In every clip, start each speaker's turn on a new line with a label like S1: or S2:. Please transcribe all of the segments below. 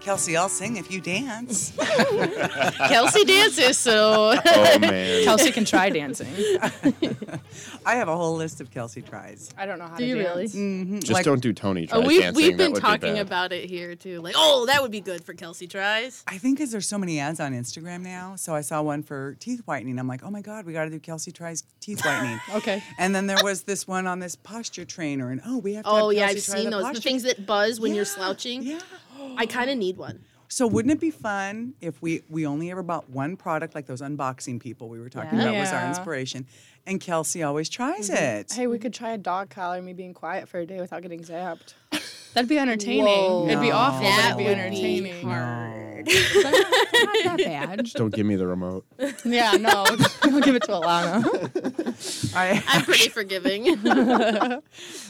S1: Kelsey, I'll sing if you dance.
S2: Kelsey dances, so
S3: Oh man.
S4: Kelsey can try dancing.
S1: I have a whole list of Kelsey tries.
S4: I don't know how
S2: Do
S4: to
S2: you really?
S4: dance.
S1: Mhm,
S3: Just
S1: like,
S3: don't do Tony tries
S2: Oh, we,
S3: dancing.
S2: we've
S3: that
S2: been
S3: would be
S2: talking
S3: bad.
S2: about it here too. Like, oh, that would be good for Kelsey tries.
S1: I think because there's so many ads on Instagram now. So I saw one for teeth whitening. I'm like, oh my God, we got to do Kelsey tries teeth whitening.
S4: Okay.
S1: And then there was this one on this posture trainer, and oh, we have to.
S2: Oh
S1: have
S2: yeah,
S1: Kelsey
S2: I've
S1: try
S2: seen
S1: the
S2: those. The
S1: posture-
S2: things that buzz when you're
S1: Yeah,
S2: slouching.
S1: Yeah.
S2: I kind of need one.
S1: So wouldn't it be fun if we we only ever bought one product, like those unboxing people we were talking
S4: Yeah.
S1: about was our
S4: Yeah.
S1: inspiration, and Kelsey always tries
S2: Mm-hmm.
S1: it.
S4: Hey, we could try a dog collar, me being quiet for a day without getting zapped. That'd be entertaining.
S2: Whoa.
S4: It'd be
S1: No.
S4: awful, but
S2: That
S4: it'd be
S2: would be
S4: entertaining.
S2: hard.
S4: They're not, they're not that bad.
S3: Just don't give me the remote.
S4: yeah, no, don't give it to Alana.
S1: I-
S2: I'm pretty forgiving.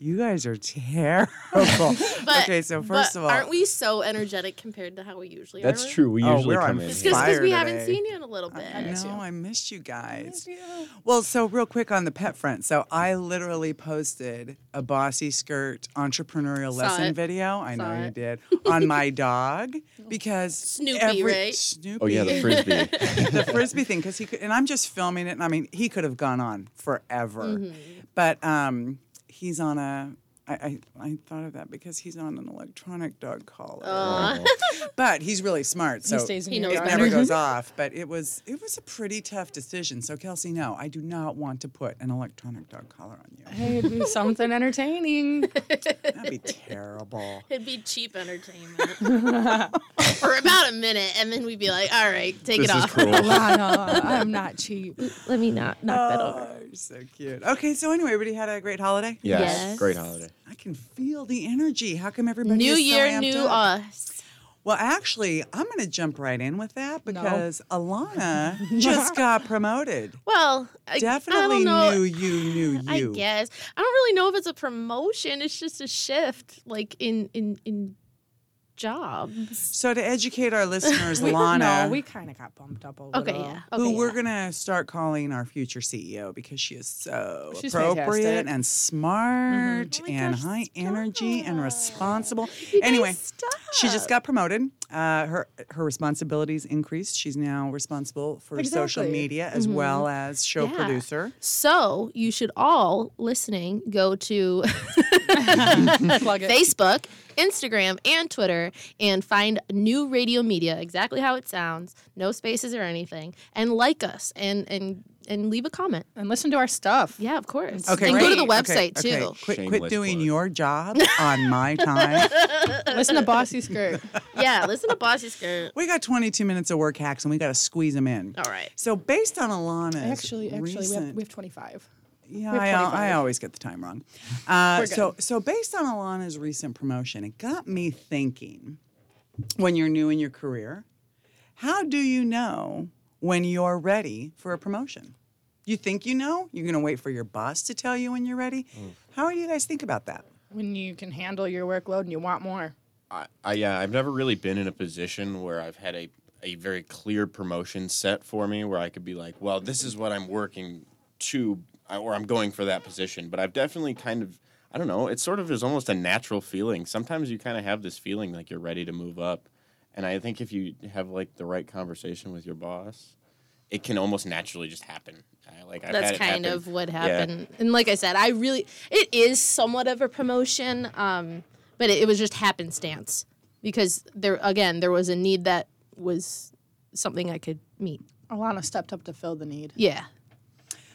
S1: you guys are terrible.
S2: But,
S1: okay, so
S2: but
S1: first of all,
S2: aren't we so energetic compared to how we usually are?
S3: That's true. We
S1: Oh,
S3: usually
S1: we're on
S3: come in.
S2: It's
S3: here.
S2: just because we
S1: Fire
S2: haven't
S1: today.
S2: seen you in a little bit.
S1: I
S4: miss you.
S1: know I missed you guys. Well, so real quick on the pet front. So I literally posted a bossy skirt entrepreneurial
S2: Saw
S1: lesson
S2: it.
S1: video. I
S2: Saw
S1: know you
S2: it.
S1: did on my dog because
S2: Snoopy,
S1: every,
S2: right?
S1: Snoopy.
S3: Oh yeah, the frisbee.
S1: the frisbee thing because he could, and I'm just filming it, and I mean he could have gone on forever,
S2: Mm-hmm.
S1: but um, he's on a. I, I, I thought of that because he's on an electronic dog collar, but he's really smart, so
S4: he stays in
S2: He
S4: your
S2: knows
S1: it
S4: yard.
S1: never goes
S2: Mm-hmm.
S1: off. But it was it was a pretty tough decision. So Kelsey, no, I do not want to put an electronic dog collar on you.
S4: Hey, it'd be something entertaining.
S1: That'd be terrible.
S2: It'd be cheap entertainment for about a minute, and then we'd be like, "All right, take
S3: this
S2: it
S3: is
S2: off."
S3: cruel.
S4: Alana, I'm not cheap.
S5: Let me not knock that over.
S1: Oh, you're so cute. Okay, so anyway, everybody had a great holiday.
S3: Yes.
S5: Yes.
S3: Great holiday.
S1: I can feel the energy. How come everybody?
S2: New
S1: is so
S2: year,
S1: amped
S2: new
S1: up?
S2: us.
S1: Well, actually, I'm going to jump right in with that because Alana just got promoted.
S2: Well, I, I
S1: Definitely
S2: don't know.
S1: knew you knew you.
S2: I guess I don't really know if it's a promotion. It's just a shift, like in in in jobs.
S1: So to educate our listeners,
S4: We-
S1: Lana,
S4: No, we kind of got bumped up a little.
S2: Okay, yeah. Okay,
S1: who we're
S2: yeah.
S1: gonna start calling our future CEO because she is so
S4: She's
S1: appropriate
S4: fantastic.
S1: and smart
S2: Mm-hmm. Oh my
S1: and
S2: gosh,
S1: high energy and
S2: stop.
S1: responsible.
S2: You guys,
S1: anyway,
S2: stop.
S1: she just got promoted. Uh, her her responsibilities increased. She's now responsible for social
S4: Exactly.
S1: media as well as show
S2: Mm-hmm. Yeah.
S1: producer.
S2: So you should all listening go to
S4: Plug it.
S2: Facebook, Instagram, and Twitter and find new radio media, exactly how it sounds, no spaces or anything, and like us and and and leave a comment.
S4: and listen to our stuff.
S2: Yeah, of course.
S1: Okay,
S2: and go to the
S1: great. Okay,
S2: website
S1: okay.
S2: too.
S1: Quit, quit
S3: Shameless
S1: doing
S3: plug.
S1: your job on my time.
S4: Listen to Bossy Skirt.
S2: Yeah, listen to Bossy Skirt.
S1: we got 22 minutes of work hacks, and we got to squeeze them in.
S2: All right.
S1: So based on Alana's
S4: Actually, actually, we have,
S1: recent-
S4: we have 25.
S1: yeah,
S4: we have
S1: I, al- I
S4: 25.
S1: always get the time wrong. Uh,
S4: We're good.
S1: so so based on Alana's recent promotion, it got me thinking. When you're new in your career, how do you know when you're ready for a promotion? You think you know? You're going to wait for your boss to tell you when you're ready? How do you guys think about that?
S4: When you can handle your workload and you want more.
S3: I, I yeah, I've never really been in a position where I've had a a very clear promotion set for me where I could be like, well, this is what I'm working to, I- or I'm going for that position. But I've definitely kind of, I don't know, it sort of is almost a natural feeling. Sometimes you kind of have this feeling like you're ready to move up, and I think if you have like the right conversation with your boss, it can almost naturally just happen. I, like I've had
S2: That's
S3: it
S2: kind
S3: happen.
S2: of what happened. And like I said, I really it is somewhat of a promotion, um, but it, it was just happenstance because there again there was a need that was something I could meet.
S4: Alana stepped up to fill the need.
S2: Yeah.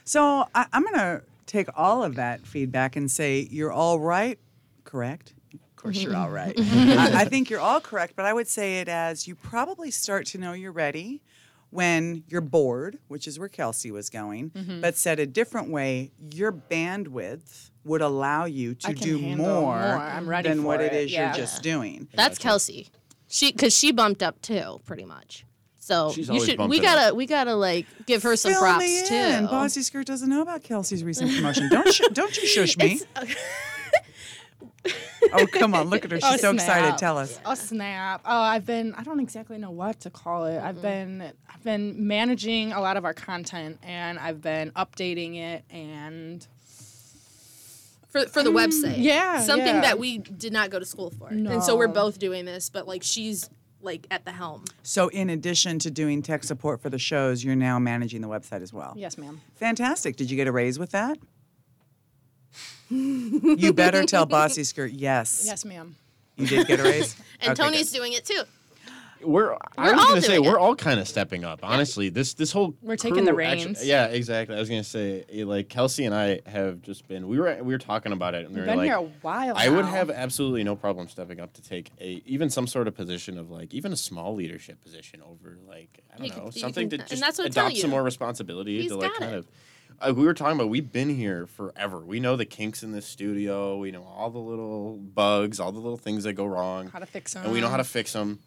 S1: So I, I'm going to take all of that feedback and say you're all right, correct? Of course, you're all right.
S4: Mm-hmm.
S1: I, I think you're all correct, but I would say it as you probably start to know you're ready when you're bored, which is where Kelsey was going,
S4: Mm-hmm.
S1: but said a different way, your bandwidth would allow you to
S4: I can
S1: do
S4: handle more. I'm ready
S1: than
S4: for
S1: what it
S4: it.
S1: is
S4: Yeah.
S1: you're just doing.
S2: That's Kelsey. She because she bumped up too, pretty much. So
S3: She's
S2: you
S3: always
S2: should
S3: bumping
S2: we
S3: up.
S2: gotta we gotta like give her some
S1: Fill me
S2: props
S1: in.
S2: too.
S1: Bossy Skirt doesn't know about Kelsey's recent promotion. Don't sh- don't you shush me. oh come on, look at her. She's
S4: Oh,
S1: so excited.
S4: snap.
S1: Tell us.
S4: Oh snap! Oh, I've been I don't exactly know what to call it. I've been I've been managing a lot of our content and I've been updating it and
S2: For for for
S1: Mm,
S2: the website.
S4: yeah,
S2: something
S4: yeah.
S2: that we did not go to school for, and so we're both doing this. But like she's like at the helm.
S1: So, in addition to doing tech support for the shows, you're now managing the website as well.
S4: Yes, ma'am.
S1: Fantastic. Did you get a raise with that? you better tell Bossy Skirt yes.
S4: Yes, ma'am.
S1: You did get a raise?
S2: And
S1: Okay,
S2: Tony's doing it too.
S3: We're, I
S2: We're
S3: was
S2: all
S3: gonna say
S2: doing it.
S3: we're all kind of stepping up. Honestly, this this whole
S5: We're taking the
S3: crew actu-
S5: reins.
S3: yeah, exactly. I was gonna say eh, like Kelsey and I have just been we were we were talking about it and we
S4: We've
S3: were
S4: been
S3: like
S4: here a while.
S3: I would
S4: now.
S3: have absolutely no problem stepping up to take a even some sort of position of like even a small leadership position over like I don't
S2: You
S3: know
S2: can- you
S3: something
S2: can-
S3: to
S2: and
S3: just
S2: that's what I'm telling
S3: adopt some
S2: you.
S3: more responsibility
S2: He's
S3: to like
S2: got
S3: kind
S2: it.
S3: of. Uh, we were talking about we've been here forever. We know the kinks in this studio. We know all the little bugs, all the little things that go wrong,
S4: how to fix them.
S3: and we know how to fix them.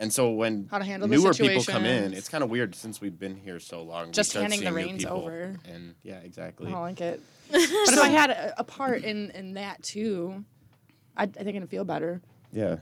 S3: And so when
S4: How to handle the
S3: newer people come in,
S4: situations.
S3: it's kind of weird since we've been here so long. we
S4: Just
S3: start
S4: handing the
S3: seeing new
S4: reins
S3: people.
S4: over. Oh.
S3: And yeah,
S4: I
S3: exactly.
S4: don't like it. But if I had a, a part in in that too, I, I think I'd feel better.
S3: Yeah.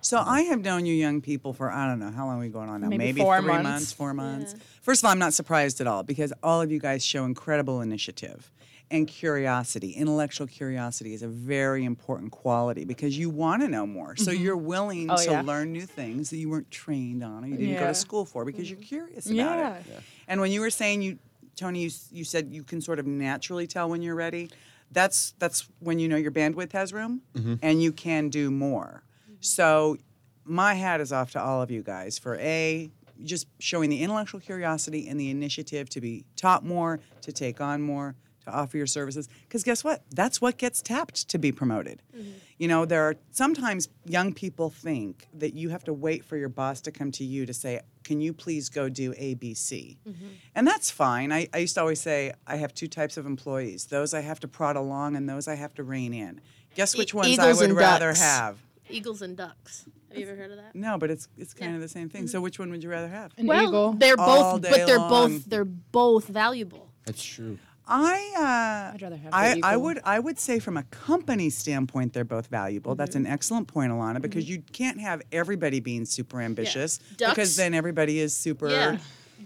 S1: So I have known you young people for I don't know how long are we going on now.
S4: Maybe
S1: Maybe,
S4: four
S1: three
S4: months.
S1: months. four months. First of all, I'm not surprised at all because all of you guys show incredible initiative and curiosity. Intellectual curiosity is a very important quality because you want to know more. So you're willing
S4: Oh,
S1: to
S4: yeah.
S1: learn new things that you weren't trained on or you didn't go
S4: Yeah.
S1: to school for because you're curious about
S4: Yeah.
S1: it. And when you were saying you, Tony, you, s- you said you can sort of naturally tell when you're ready. That's that's when you know your bandwidth has room and you can do more. So my hat is off to all of you guys for a just showing the intellectual curiosity and the initiative to be taught more, to take on more, to offer your services. Because guess what? That's what gets tapped to be promoted.
S2: Mm-hmm.
S1: You know, there are sometimes young people think that you have to wait for your boss to come to you to say, Can you please go do ABC?
S2: Mm-hmm.
S1: And that's fine. I, I used to always say, I have two types of employees those I have to prod along and those I have to rein in. Guess which ones I
S2: E- eagles
S1: would
S2: and
S1: rather
S2: ducks.
S1: have?
S2: Eagles and ducks. Have you ever heard of that?
S1: No, but it's it's kind of the same thing.
S2: Mm-hmm.
S1: So which one would you rather have?
S4: An
S2: well,
S4: eagle.
S2: they're
S1: All
S2: both,
S1: day
S2: but they're
S1: long.
S2: both they're both valuable.
S3: That's true.
S1: I uh,
S4: I'd rather have the
S1: I, I
S4: eagle.
S1: would I would say from a company standpoint they're both valuable. That's
S4: Mm-hmm.
S1: an excellent point, Alana, because you can't have everybody being super ambitious
S2: Ducks-
S1: because then everybody is super.
S2: Yeah.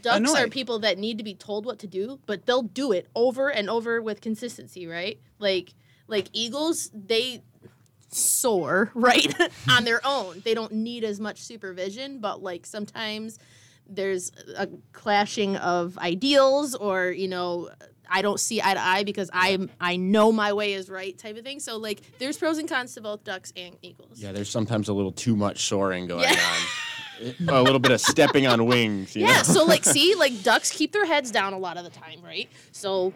S2: Ducks are
S1: annoyed.
S2: people that need to be told what to do, but they'll do it over and over with consistency, right? Like like eagles, they soar, right? on their own. They don't need as much supervision, but like sometimes there's a clashing of ideals or, you know, I don't see eye to eye because I I know my way is right type of thing. So like there's pros and cons to both ducks and eagles.
S3: Yeah, there's sometimes a little too much soaring going on. a little bit of stepping on wings. You
S2: Yeah,
S3: Know?
S2: so like see, like ducks keep their heads down a lot of the time, right? So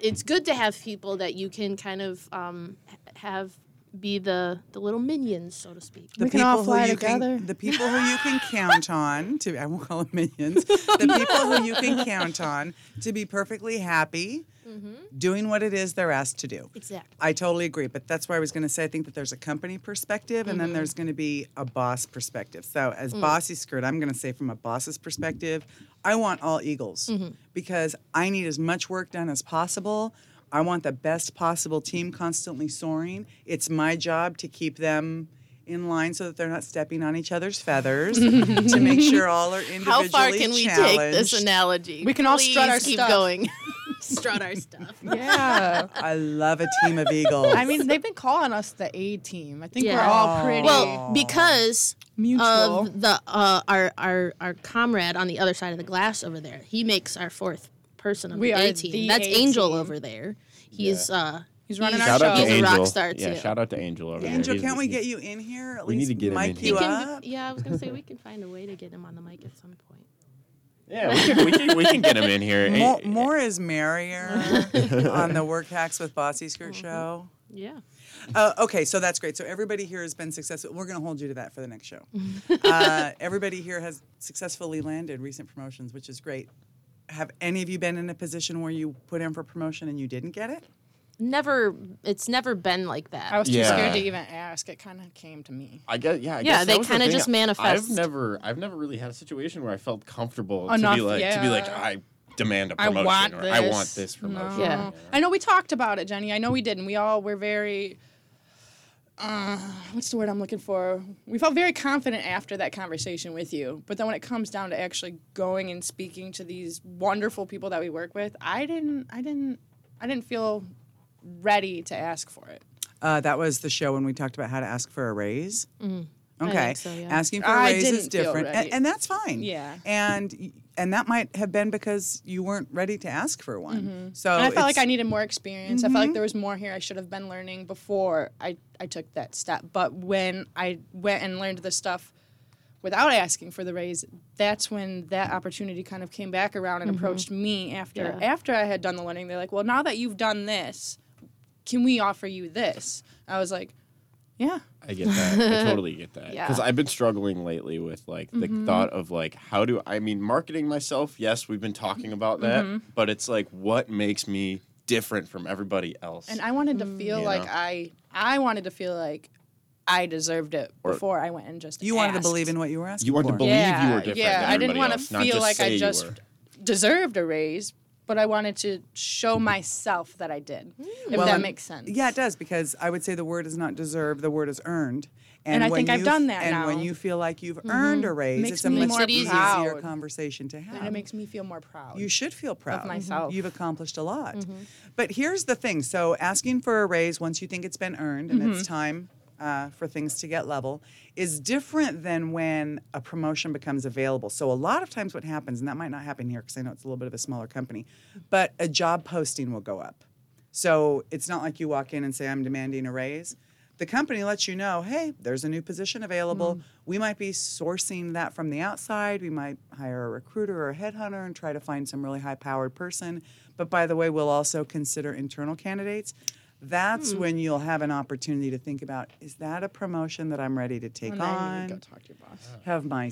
S2: it's good to have people that you can kind of um, h- have be the the little minions, so to speak.
S1: The
S4: We can all fly
S1: who you
S4: together.
S1: Can, the people who you can count on to I won't call them minions. The people who you can count on to be perfectly happy,
S4: Mm-hmm.
S1: doing what it is they're asked to do.
S2: Exactly.
S1: I totally agree, but that's why I was going to say I think that there's a company perspective and
S2: Mm-hmm.
S1: then there's going to be a boss perspective. So
S2: Mm.
S1: as bossy skirt, I'm going to say from a boss's perspective, I want all eagles
S2: Mm-hmm.
S1: because I need as much work done as possible. I want the best possible team constantly soaring. It's my job to keep them in line so that they're not stepping on each other's feathers to make sure all are individually
S2: How far can we take this
S1: challenged.
S2: analogy?
S4: We can all strut our
S2: Please keep
S4: stuff.
S2: going. strut our stuff.
S4: Yeah.
S1: I love a team of eagles.
S4: I mean, they've been calling us the A team. I think we're
S2: Yeah.
S4: all pretty
S2: Well, because
S4: mutual.
S2: of the uh, our our our comrade on the other side of the glass over there. He makes our fourth person of
S4: We
S2: the
S4: are
S2: A team.
S4: the
S2: That's
S4: A
S2: Angel
S4: team.
S2: over there. He's uh
S4: He's running our
S3: shout out to
S4: show.
S2: he's
S3: Angel.
S2: a rock star
S3: yeah,
S2: too.
S3: shout out to Angel over there.
S1: Angel,
S3: He's-
S1: can't we
S3: he's-
S1: get you in here? At
S3: We need
S1: least
S3: to get him
S1: mic
S3: in
S1: you
S3: here.
S2: Can-
S1: up.
S2: yeah, I was gonna say we can find a way to get him on the mic at some point.
S3: Yeah, we can, we, can, we can get him in here.
S1: More,
S3: Eh,
S1: more is merrier on the Work Hacks with Bossy Skirt
S4: Mm-hmm.
S1: show.
S2: Yeah.
S1: Uh, okay, so that's great. So everybody here has been successful. We're going to hold you to that for the next show. uh, everybody here has successfully landed recent promotions, which is great. Have any of you been in a position where you put in for promotion and you didn't get it?
S2: Never it's never been like that.
S4: I was too
S3: Yeah.
S4: scared to even ask. It kind of came to me.
S3: I guess, yeah, I
S2: Yeah,
S3: guess
S2: they
S3: that was the
S2: kinda
S3: thing.
S2: just
S3: I've
S2: manifest.
S3: never, I've never really had a situation where I felt comfortable
S4: Enough,
S3: to be like, to be like,
S4: yeah.
S3: I demand a
S4: I
S3: promotion
S4: want
S3: or
S4: this.
S3: I want this promotion.
S4: No.
S2: Yeah.
S4: Um, I know we talked about it, Jenny. I know we did, and we all were very. Uh, what's the word I'm looking for? We felt very confident after that conversation with you, but then when it comes down to actually going and speaking to these wonderful people that we work with, I didn't, I didn't, I didn't feel ready to ask for it.
S1: Uh, that was the show when we talked about how to ask for a raise.
S4: Mm.
S2: I
S1: Okay,
S2: think so, yeah.
S1: asking for a
S4: I
S1: raise is
S4: didn't feel
S1: different, and,
S4: ready.
S1: and that's fine.
S4: Yeah.
S1: and y- and that might have been because you weren't ready to ask for one. So
S4: Mm-hmm. and I felt like
S1: Oh, it's- Mm-hmm.
S4: I needed more experience. I felt like there was more here I should have been learning before I, I took that step. But when I went and learned this stuff without asking for the raise, that's when that opportunity kind of came back around and
S1: Mm-hmm.
S4: approached me after
S2: Yeah.
S4: after I had done the learning. They're like, Well, now that you've done this, can we offer you this? I was like, Yeah.
S3: I get that. I totally get that.
S2: Yeah.
S3: Because I've been struggling lately with like the
S4: Mm-hmm.
S3: thought of like how do I mean marketing myself? Yes, we've been talking about that,
S4: Mm-hmm.
S3: but it's like what makes me different from everybody else?
S4: And I wanted
S1: Mm.
S4: to feel
S3: You
S4: like
S3: know?
S4: I I wanted to feel like I deserved it
S3: Or-
S4: before I went and just
S1: you wanted to
S4: asked.
S1: believe in what you were asking.
S3: you want to
S1: for.
S3: believe you were
S4: Yeah,
S3: different.
S4: yeah,
S3: than
S4: I didn't
S3: everybody
S4: wanna
S3: else, not
S4: feel
S3: just
S4: like I
S3: say you
S4: just-
S3: were.
S4: deserved a raise, but I wanted to show myself that I did. If
S1: Well,
S4: that
S1: and-
S4: makes sense.
S1: Yeah, it does because I would say the word is not deserve, the word is earned.
S4: And I
S1: when
S4: think I've
S1: you-
S4: done that
S1: And when
S4: now. Mm-hmm.
S1: you feel like you've earned a raise,
S4: Makes
S1: it's a
S4: me
S1: much
S4: more
S1: easier
S4: proud.
S1: conversation to have.
S4: And it makes me feel more proud.
S1: you should feel proud
S4: myself. Mm-hmm.
S1: You've accomplished a lot. But here's the thing: so asking for a raise once you think it's been earned and it's
S4: Mm-hmm.
S1: time uh, for things to get level is different than when a promotion becomes available. So a lot of times, what happens, and that might not happen here because I know it's a little bit of a smaller company, but a job posting will go up. So it's not like you walk in and say, "I'm demanding a raise." The company lets you know, hey, there's a new position
S4: Hmm.
S1: available. We might be sourcing that from the outside. We might hire a recruiter or a headhunter and try to find some really high powered person. But by the way, we'll also consider internal candidates.
S4: Hmm.
S1: That's when you'll have an opportunity to think about is that a promotion that I'm ready to take
S4: and then you
S1: on?
S4: go talk to your boss.
S3: Uh,
S1: have my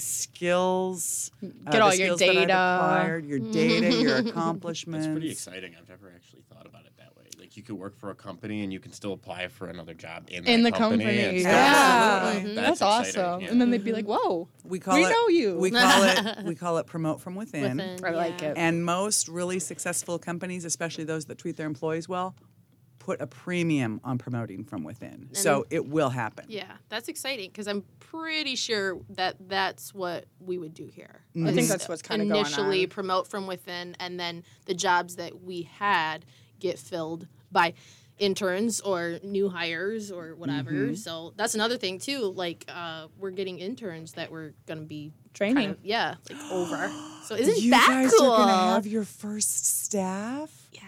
S1: skills, uh,
S4: Get
S1: the
S4: all your
S1: skills that I've
S4: data.
S1: acquired, your data, your accomplishments.
S3: It's pretty exciting. I've never actually thought about it that way. Like you could work for a company and you can still apply for another job in,
S4: In
S3: that
S4: the company.
S3: and stuff.
S4: Yeah. Mm-hmm.
S1: Absolutely.
S4: That's,
S3: exciting,
S4: awesome.
S3: yeah.
S4: And then they'd be like, whoa,
S1: We call
S4: we
S1: it,
S4: know you.
S1: We call it we call it promote from within.
S2: Within,
S4: I like
S2: yeah.
S4: it.
S1: And most really successful companies, especially those that treat their employees well, put a premium on promoting from within. so it will happen.
S2: Yeah, that's exciting because I'm pretty sure that that's what we would do here.
S1: Mm-hmm.
S4: I think
S2: Is
S4: that's what's kinda going
S2: initially
S4: on.
S2: promote from within, and then the jobs that we had get filled by interns or new hires or whatever.
S1: Mm-hmm.
S2: So that's another thing too. Like uh, we're getting interns that we're gonna be kind
S4: Training.
S2: of- yeah, like over. So isn't
S1: you
S2: that
S1: guys
S2: cool?
S1: are gonna have your first staff.
S2: yeah.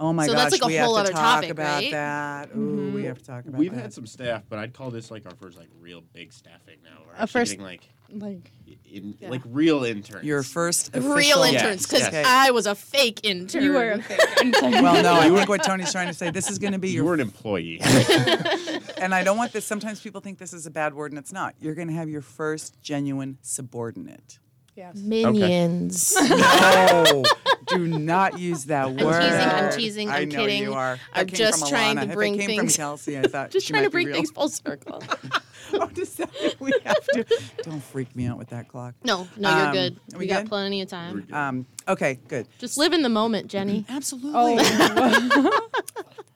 S1: Oh my
S2: So
S1: gosh,
S2: that's like a
S1: we
S2: whole
S1: have to
S2: other
S1: talk
S2: topic,
S1: about
S2: right? Mm-hmm.
S1: that. Ooh, we have to talk about
S3: We've
S1: that.
S3: had some staff, but I'd call this like our first like real big staffing now. We're
S4: A
S3: actually
S4: first-
S3: getting, like
S4: like,
S3: in, like real interns.
S1: your first
S2: Real
S1: official-
S2: interns, because
S3: yes.
S2: I was a fake intern.
S4: you were a fake. And it's like,
S1: Well, no, I think what Tony's trying to say this is going to be
S3: you
S1: your
S3: were an employee.
S1: and I don't want this. Sometimes people think this is a bad word, and it's not. You're going to have your first genuine subordinate.
S4: yes.
S5: Minions.
S1: No, do not use that word.
S2: I'm teasing, I'm
S1: I know
S2: kidding.
S1: You are.
S2: I'm
S1: That came
S2: just
S1: from
S2: trying
S1: Alana.
S2: to
S1: If it
S2: bring
S1: came
S2: things-
S1: From Kelsey, I thought
S2: just
S1: she
S2: trying
S1: might
S2: to
S1: be
S2: bring
S1: real.
S2: things full circle.
S1: Oh, just that we have to. Don't freak me out with that clock.
S2: No, no, you're
S1: Um,
S2: good.
S1: are
S2: We,
S1: we
S2: got
S1: good?
S2: plenty of time.
S1: Um, okay, good.
S2: Just live in the moment, Jenny.
S1: Absolutely.
S4: Oh,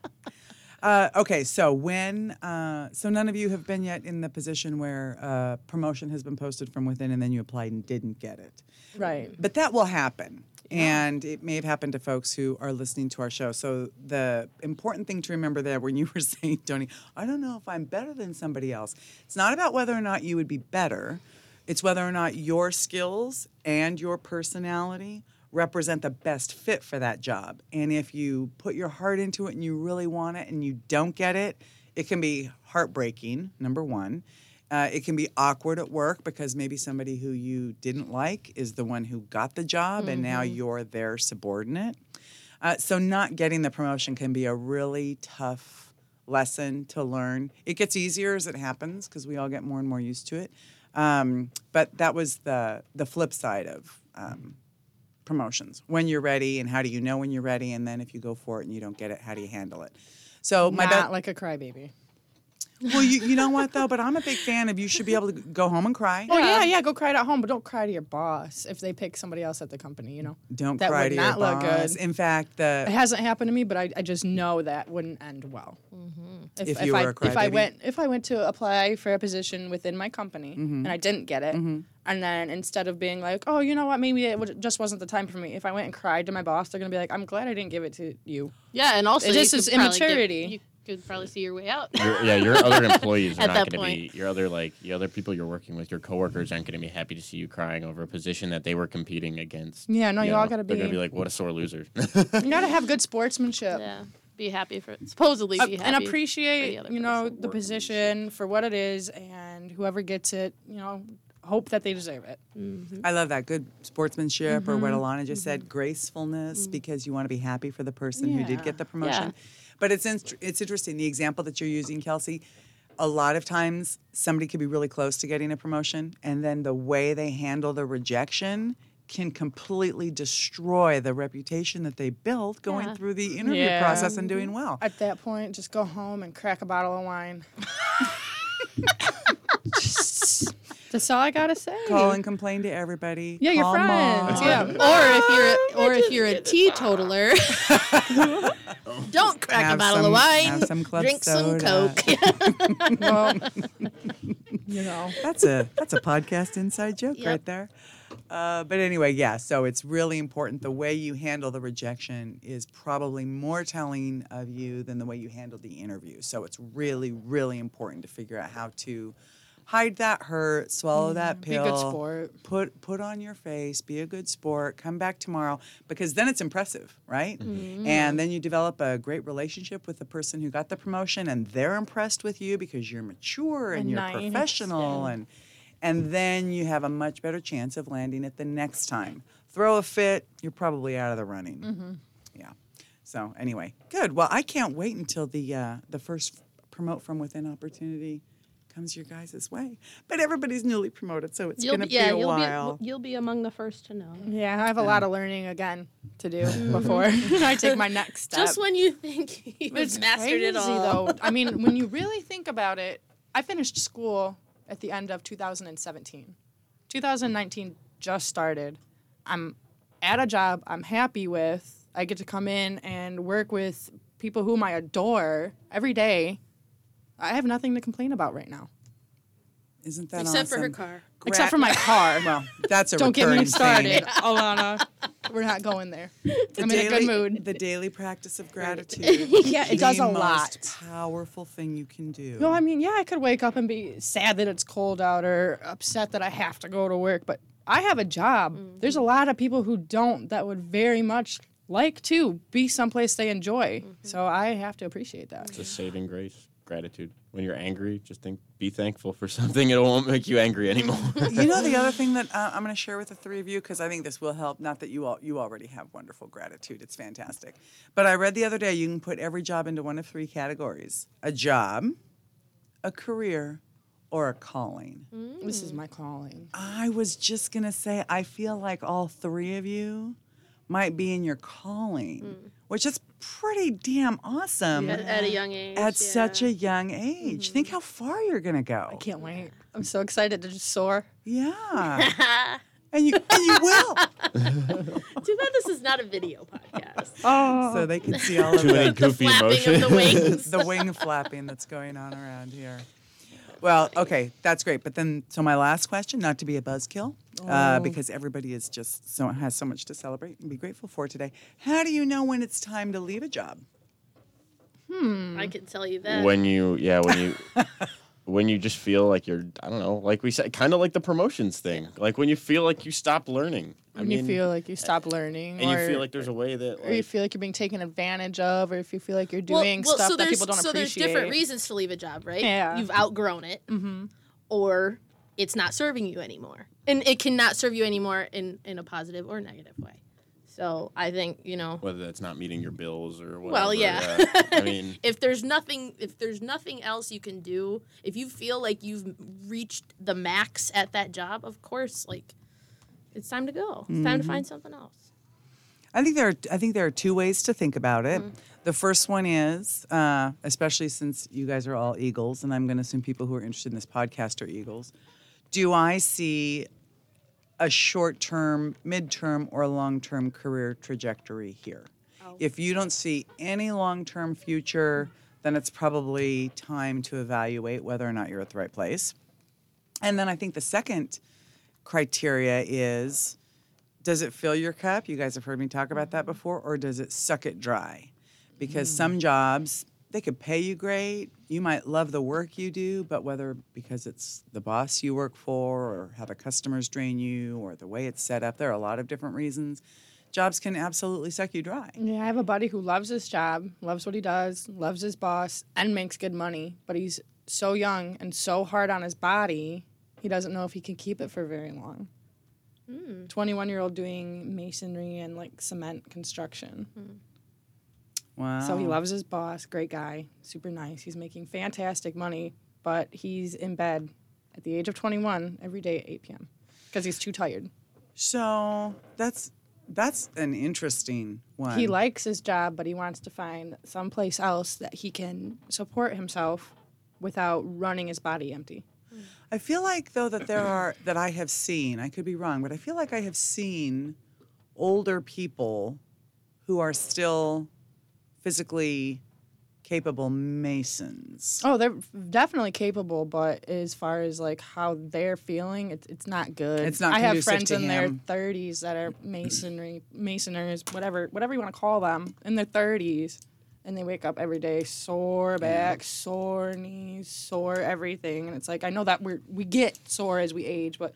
S1: Uh, okay, so when uh, so none of you have been yet in the position where uh, promotion has been posted from within, and then you applied and didn't get it.
S4: right.
S1: But that will happen. And it may have happened to folks who are listening to our show. So the important thing to remember there when you were saying, Tony, I don't know if I'm better than somebody else. It's not about whether or not you would be better. It's whether or not your skills and your personality represent the best fit for that job. And if you put your heart into it and you really want it and you don't get it, it can be heartbreaking, number one. Uh, it can be awkward at work because maybe somebody who you didn't like is the one who got the job and now you're their subordinate. Uh, so, not getting the promotion can be a really tough lesson to learn. It gets easier as it happens because we all get more and more used to it. Um, but that was the, the flip side of um, promotions when you're ready and how do you know when you're ready. And then if you go for it and you don't get it, how do you handle it? So, my
S4: Not
S1: best.
S4: like a crybaby.
S1: Well, you, you know what though, but I'm a big fan of you should be able to go home and cry.
S4: Oh yeah, yeah. Go cry it at home, but don't cry to your boss if they pick somebody else at the company. You know,
S1: Don't
S4: that
S1: cry
S4: would
S1: to
S4: not
S1: your
S4: look
S1: boss.
S4: good.
S1: In fact,
S4: It
S1: the
S4: hasn't happened to me, but I, I just know that wouldn't end well.
S2: Mm-hmm.
S4: If,
S1: If you
S4: I,
S1: were a
S4: if I
S1: crybaby?
S4: went if I went to apply for a position within my company
S1: Mm-hmm.
S4: and I didn't get it, and then instead of being like, oh, you know what, maybe it w- just wasn't the time for me. If I went and cried to my boss, they're gonna be like, I'm glad I didn't give it to you.
S2: Yeah, and also
S4: It
S2: you
S4: just
S2: could
S4: is
S2: probably get-
S4: immaturity.
S2: you could probably see your way out.
S3: Your, yeah, your other employees are
S2: At
S3: not
S2: that
S3: going to be your other like your other people you're working with. Your coworkers aren't going to be happy to see you crying over a position that they were competing against.
S4: Yeah, no, you, all gotta
S3: They're going to
S4: be.
S3: be like, what a sore loser.
S4: you gotta have good sportsmanship.
S2: yeah, be happy for supposedly
S4: Uh,
S2: be happy.
S4: and
S2: for the
S4: appreciate
S2: other
S4: you know
S2: person.
S4: the position for what it is and whoever gets it you know hope that they deserve it
S1: I love that good sportsmanship or
S4: Mm-hmm.
S1: what Alana just said, gracefulness because you want to be happy for the person who did
S4: Mm. Yeah.
S1: get the promotion. But it's in, it's interesting the example that you're using, Kelsey. A lot of times somebody could be really close to getting a promotion and then the way they handle the rejection can completely destroy the reputation that they built going through the interview
S4: Yeah.
S1: process and doing well.
S4: at that point just go home and crack a bottle of wine Just- that's all i gotta say
S1: Call and complain to everybody.
S4: yeah your
S1: Call
S4: friends
S1: mom.
S4: yeah
S2: or
S4: Oh,
S2: if you're a, or if you're a teetotaler, don't crack
S1: Have
S2: a bottle
S1: some-
S2: of
S1: have
S2: wine.
S1: some club
S2: drink
S1: soda.
S2: some coke.
S4: well, you know
S1: that's a that's a podcast inside joke right there. Uh, but anyway, yeah. So it's really important. The way you handle the rejection is probably more telling of you than the way you handled the interview. So it's really, really important to figure out how to hide that hurt, swallow that
S4: Mm-hmm. be a
S1: pill,
S4: good sport.
S1: put put on your face, be a good sport, come back tomorrow because then it's impressive, right?
S4: Mm-hmm.
S1: And then you develop a great relationship with the person who got the promotion and they're impressed with you because you're mature and,
S4: And
S1: you're
S4: nice,
S1: professional and and then you have a much better chance of landing it the next time. Throw a fit, you're probably out of the running.
S4: Mm-hmm.
S1: Yeah. So anyway, good. Well, I can't wait until the uh, the first promote from within opportunity comes your guys' way. But everybody's newly promoted, so it's
S2: You'll
S1: gonna
S2: be, yeah,
S1: be a
S2: you'll
S1: while.
S2: be you'll be among the first to know.
S4: yeah i have a lot of learning again to do before i take my next step
S2: Just when you think you've mastered it
S4: crazy,
S2: all,
S4: Though I mean, when you really think about it, I finished school at the end of 2017. 2019 just started. I'm at a job I'm happy with. I get to come in and work with people whom I adore every day. I have nothing to complain about right now,
S1: Isn't that
S2: except for her
S1: awesome?
S2: car.
S4: except for my car.
S1: Well, that's a
S4: Don't get me
S1: recurring
S4: started,
S1: theme.
S4: Alana. We're not going there. I'm in a
S1: Daily-
S4: good mood.
S1: The daily practice of gratitude. yeah,
S4: it does
S1: the
S4: a lot.
S1: Most powerful thing you can do.
S4: No, I mean, yeah, I could wake up and be sad that it's cold out or upset that I have to go to work, but I have a job. There's a lot of people who don't that would very much like to be someplace they enjoy. So I have to appreciate that.
S3: It's a saving grace, gratitude. When you're angry, just think, be thankful for something. It won't make you angry anymore.
S1: you know the other thing that uh, I'm going to share with the three of you because I think this will help. Not that you all you already have wonderful gratitude; it's fantastic. But I read the other day you can put every job into one of three categories: a job, a career, or a calling.
S4: This is my calling.
S1: I was just going to say I feel like all three of you might be in your calling, which is pretty damn awesome.
S2: At, at a young age.
S1: At such a young age, think how far you're gonna go.
S4: Can't wait. I'm so excited to just soar.
S1: Yeah, and you and you will.
S2: Too bad this is not a video podcast.
S4: Oh,
S1: so they can see all of
S3: Too many
S1: the,
S3: goofy
S2: Flapping of
S3: emotions.
S2: the wings.
S1: the wing flapping that's going on around here. Well, okay, that's great. But then, so my last question, not to be a buzzkill, uh, because everybody is just so has so much to celebrate and be grateful for today. How do you know when it's time to leave a job?
S2: I can tell you that.
S3: when you yeah when you when you just feel like you're i don't know like we said kind of like the promotions thing like when you feel like you stop learning I
S4: when you feel like you stop learning,
S3: and
S4: or,
S3: you feel like there's a way that
S4: or you
S3: like,
S4: feel like you're being taken advantage of, or if you feel like you're
S2: Well-
S4: doing
S2: well,
S4: stuff
S2: so
S4: that
S2: there's-
S4: people don't
S2: so
S4: appreciate.
S2: there's different reasons to leave a job, right?
S4: Yeah. Mm-hmm.
S2: You've outgrown it, or it's not serving you anymore, and it cannot serve you anymore in in a positive or negative way. So I think you know,
S3: whether that's not meeting your bills or whatever
S2: Well, yeah.
S3: i mean
S2: if there's nothing, if there's nothing else you can do, if you feel like you've reached the max at that job, of course, like it's time
S3: Mm-hmm.
S2: to go. It's time to find something else.
S1: I think there are, I think there are two ways to think about it. The first one is, uh, especially since you guys are all Eagles, and I'm going to assume people who are interested in this podcast are Eagles. Do I see a short term, mid-term, or long term career trajectory here? If you don't see any long term future, then it's probably time to evaluate whether or not you're at the right place. And then I think the second criteria is does it fill your cup? You guys have heard me talk about that
S4: Mm-hmm.
S1: before, or does it suck it dry? Because
S4: Mm.
S1: some jobs, they could pay you great. You might love the work you do, but whether because it's the boss you work for, or how the customers drain you, or the way it's set up, there are a lot of different reasons. Jobs can absolutely suck you dry.
S4: Yeah, I have a buddy who loves his job, loves what he does, loves his boss, and makes good money. But he's so young and so hard on his body, he doesn't know if he can keep it for very long. 21 year old doing masonry and like cement construction.
S1: Wow.
S4: So he loves his boss, great guy, super nice. He's making fantastic money, but he's in bed at the age of 21 every day at 8 p.m. because he's too tired.
S1: So that's that's an interesting one.
S4: He likes his job, but he wants to find someplace else that he can support himself without running his body empty.
S1: I feel like though that there are that I have seen, I could be wrong, but I feel like I have seen older people who are still physically capable masons.
S4: Oh, they're definitely capable, but as far as like how they're feeling, it's it's not good.
S1: It's not
S4: I have
S1: conducive
S4: friends
S1: to
S4: in their
S1: him.
S4: 30s that are masonry masoners, whatever whatever you want to call them, in their 30s, and they wake up every day sore back, sore knees, sore everything, and it's like I know that we are we get sore as we age, but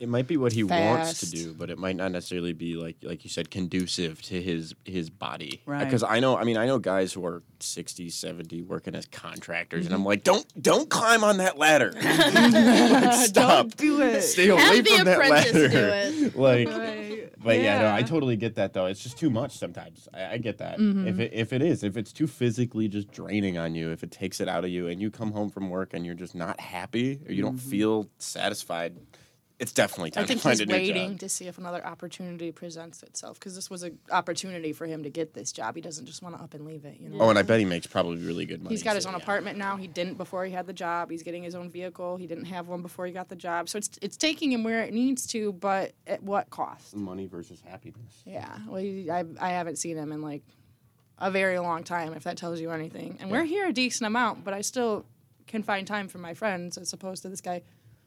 S3: It might be what he wants to
S4: Fast.
S3: do, but it might not necessarily be like like you said conducive to his his body.
S1: Right.
S3: Because I know, I mean, I know guys who are 60, 70 working as contractors, and
S2: Mm-hmm.
S3: I'm like, don't don't climb on that ladder. Like, stop.
S1: do it.
S3: Stay away
S2: Have
S3: from
S2: the
S3: that
S2: apprentice
S3: ladder.
S2: do
S3: it. like, but yeah. no, I
S4: Yeah.
S3: totally get that though. It's just too much sometimes. I, I get that.
S4: Mm-hmm.
S3: If it if it is, if it's too physically just draining on you, if it takes it out of you, and you come home from work and you're just not happy or you don't feel satisfied, it's definitely time
S4: Mm-hmm. I think
S3: to find
S4: he's
S3: a new
S4: waiting
S3: job.
S4: to see if another opportunity presents itself because this was an opportunity for him to get this job. He doesn't just want to up and leave it, you know.
S3: Oh, and I bet he makes probably really good money.
S4: He's got his
S3: so,
S4: own
S3: yeah.
S4: apartment now. He didn't before he had the job. He's getting his own vehicle. He didn't have one before he got the job. So it's it's taking him where it needs to, but at what cost?
S3: Money versus happiness.
S4: Yeah. Well, he, I I haven't seen him in like a very long time, if that tells you anything. And we're here a decent amount, but I still can find time for my friends as opposed to this guy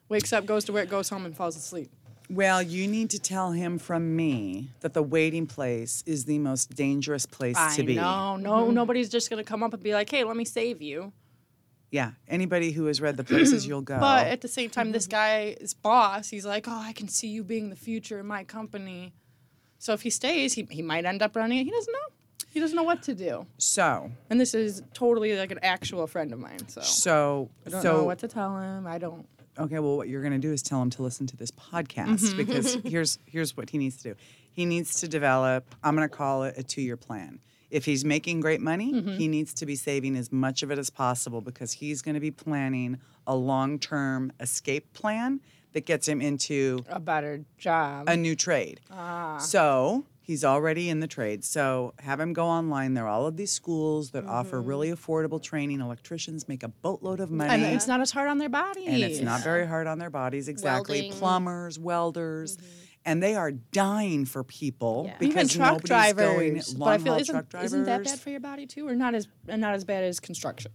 S4: wakes up, goes to work, goes home, and falls asleep.
S1: Well, you need to tell him from me that the waiting place is the most dangerous place
S4: I
S1: to be.
S4: know. No, nobody's just gonna come up and be like, "Hey, let me save you."
S1: Yeah. Anybody who has read the places you'll go.
S4: But at the same time, this guy's boss, he's like, oh, I can see you being the future in my company. So if he stays, he, he might end up running it. He doesn't know. He doesn't know what to do.
S1: so,
S4: And this is totally like an actual friend of mine. So
S1: so,
S4: I don't
S1: so
S4: know what to tell him. I don't.
S1: okay well what you're going to do is tell him to listen to this podcast because here's here's what he needs to do he needs to develop i'm going to call it a two-year plan if he's making great money he needs to be saving as much of it as possible because he's going to be planning a long-term escape plan that gets him into
S4: A better job.
S1: a new trade.
S4: Ah.
S1: So he's already in the trade. So have him go online. There are all of these schools that offer really affordable training. Electricians make a boatload of money.
S4: and it's not as hard on their body.
S1: And it's not very hard on their bodies, exactly.
S2: Welding. Mm-hmm.
S1: Plumbers, welders, and they are dying for people
S2: Yeah.
S1: because
S4: Even truck
S1: nobody's going
S4: drivers. but I
S1: long
S4: feel
S1: haul
S4: isn't,
S1: truck drivers.
S4: isn't that bad for your body too? Or not as not as bad as construction.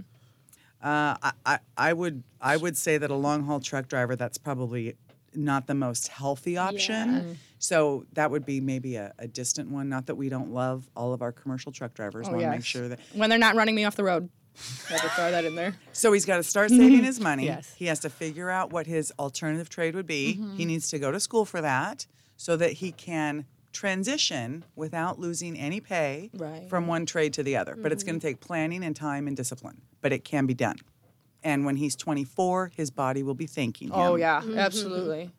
S1: Uh, I, I, I would I would say that a long haul truck driver that's probably not the most healthy option.
S4: Mm.
S1: So that would be maybe a, a distant one. Not that we don't love all of our commercial truck drivers. want to make
S4: Oh, yes.
S1: sure that.
S4: When they're not running me off the road. Had to throw that in there.
S1: So he's got to start saving his money.
S4: Mm-hmm. Yes. Mm-hmm.
S1: He has to figure out what his alternative trade would be. He needs to go to school for that so that he can transition without losing any pay
S4: Right. Mm-hmm.
S1: from one trade to the other. But it's going to take planning and time and discipline. But it can be done. And when he's 24, his body will be thanking him.
S4: Oh yeah, absolutely,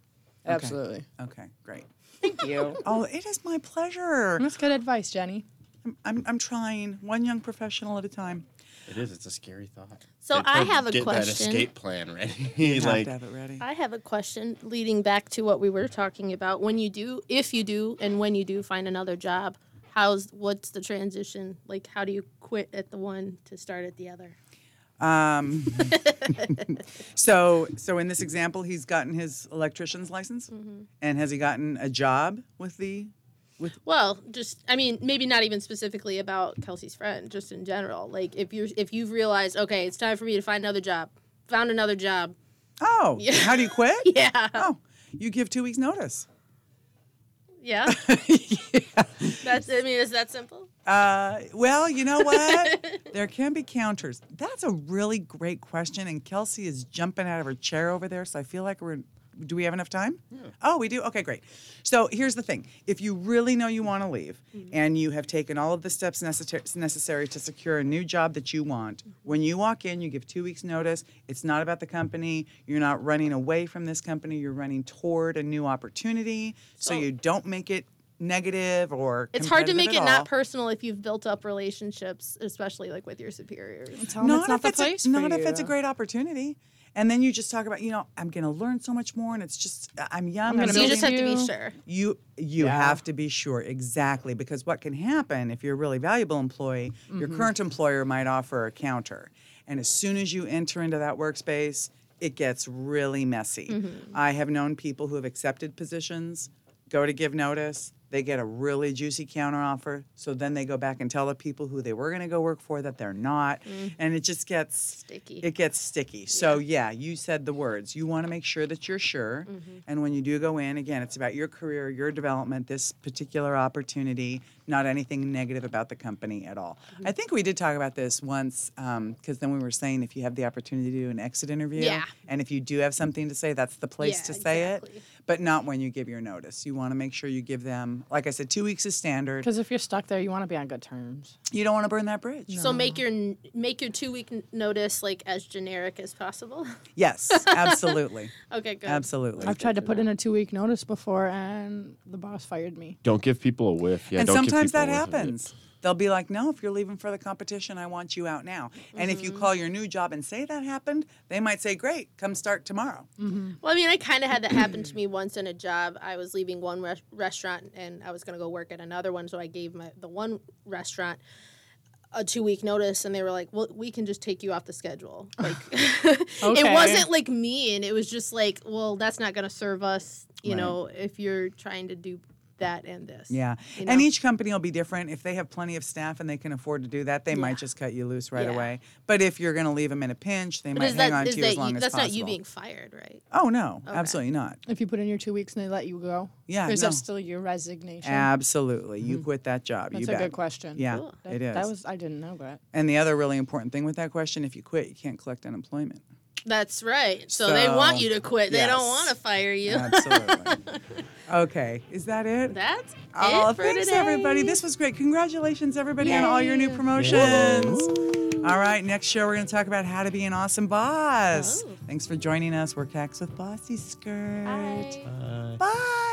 S4: absolutely.
S1: Okay, great.
S4: Thank you.
S1: Oh, it is my pleasure.
S4: That's good advice, Jenny.
S1: I'm, I'm, I'm trying one young professional at a time.
S3: It is. It's a scary thought.
S2: So
S3: Like,
S2: I
S3: like,
S2: have a
S3: get That
S2: question.
S3: escape plan ready.
S1: You have
S3: like
S1: to have it ready.
S2: I have a question leading back to what we were talking about. When you do, if you do, and when you do find another job, how's what's the transition? Like, how do you quit at the one to start at the other?
S1: Um, so, so in this example, he's gotten his electrician's license,
S2: Mm-hmm.
S1: and has he gotten a job with the?
S2: Well, just I mean, maybe not even specifically about Kelsey's friend, just in general. Like, if you are if you've realized, okay, it's time for me to find another job, found another job.
S1: Oh,
S2: Yeah.
S1: how do you quit?
S2: Yeah,
S1: Oh, you give two weeks notice.
S2: yeah. That's I mean, is that simple?
S1: Uh, well, you know what? there can be counters. That's a really great question, and Kelsey is jumping out of her chair over there. So I feel like we're. Do we have enough time? Oh, we do. Okay, great. So here's the thing: if you really know you want to leave,
S2: Mm-hmm.
S1: and you have taken all of the steps necessar- necessary to secure a new job that you want, when you walk in, you give two weeks' notice. It's not about the company. You're not running away from this company. You're running toward a new opportunity. So,
S2: So-
S1: you don't make it negative or
S2: It's hard to
S1: competitive
S2: make
S1: at
S2: it
S1: all.
S2: not personal if you've built up relationships, especially like with your superiors.
S4: Tell 'em it's Oh, not
S1: if
S4: the
S1: it's a-
S4: place.
S1: not
S4: for
S1: if it's a
S4: you.
S1: great opportunity. And then you just talk about, you know, I'm going to learn so much more, and it's just I- I'm young.
S4: gonna
S1: I'm
S2: So you
S4: build
S2: just
S1: building-
S2: have to be
S4: you-
S2: sure.
S1: you you
S4: Yeah.
S1: have to be sure exactly because what can happen if you're a really valuable employee, your
S4: Mm-hmm.
S1: current employer might offer a counter, and as soon as you enter into that workspace, it gets really messy.
S4: Mm-hmm.
S1: I have known people who have accepted positions, go to give notice. They get a really juicy counter offer. So then they go back and tell the people who they were going to go work for that they're not. And it just gets
S2: Mm. Sticky.
S1: it gets sticky. So yeah, you said the words. You want to make sure that you're sure.
S2: Mm-hmm.
S1: And when you do go in, again, it's about your career, your development, this particular opportunity, not anything negative about the company at all.
S2: Mm-hmm.
S1: I think we did talk about this once because then we were saying if you have the opportunity to do an exit interview,
S2: Yeah.
S1: and if you do have something to say, that's the place
S2: Yeah,
S1: to say
S2: exactly.
S1: it, but not when you give your notice. You want to make sure you give them, like I said, two weeks is standard.
S6: Because if you're stuck there, you want to be on good terms.
S1: You don't want to burn that bridge.
S2: So make your n- make your two week n- notice like as generic as possible.
S1: Yes, absolutely,
S2: okay, good.
S1: absolutely.
S6: I've tried to put in a two week notice before, and the boss fired me.
S3: Don't give people a whiff. Yeah,
S1: and
S3: don't give
S1: sometimes
S3: people
S1: that
S3: a whiff of it.
S1: happens. They'll be like, "No, if you're leaving for the competition, I want you out now." And if you
S2: Mm-hmm.
S1: call your new job and say that happened, they might say, "Great, come start tomorrow."
S2: Well, I mean, I kind of had that happen to me once in a job. I was leaving one res- restaurant and I was going to go work at another one, so I gave my the one restaurant a two week notice, and they were like, "Well, we can just take you off the schedule." Like, it
S6: Okay.
S2: wasn't like mean. It was just like, "Well, that's not going to serve us," you know, if you're trying to do that and this.
S1: Yeah,
S2: You
S1: and
S2: know?
S1: each company will be different. If they have plenty of staff and they can afford to do that, they might just cut you loose right
S2: Yeah.
S1: away. But if you're going to leave them in a pinch, they
S2: But
S1: might
S2: is
S1: hang on
S2: that
S1: to
S2: is
S1: you
S2: that
S1: as long
S2: you,
S1: as
S2: that's
S1: possible.
S2: not you being fired, right?
S1: Oh no, absolutely not.
S6: If you put in your two weeks and they let you go,
S1: Yeah,
S4: Or is
S1: no.
S4: that still your resignation?
S1: absolutely. You quit that job. you
S6: that's a
S1: bet.
S6: good question.
S1: Yeah,
S2: Cool.
S6: That-
S1: it is.
S6: That was I didn't know that.
S1: and the other really important thing with that question: if you quit, you can't collect unemployment.
S2: That's right. So, they
S1: So,
S2: want you to quit. They don't
S1: yes.
S2: want to fire you.
S1: Absolutely. okay, is that it?
S2: That's
S1: Oh,
S2: it for
S1: thanks
S2: today.
S1: everybody. This was great. Congratulations everybody on all your new promotions. All right, next show we're going to talk about how to be an awesome boss. Thanks for joining us. We're Cacks with Bossy Skirt. Bye.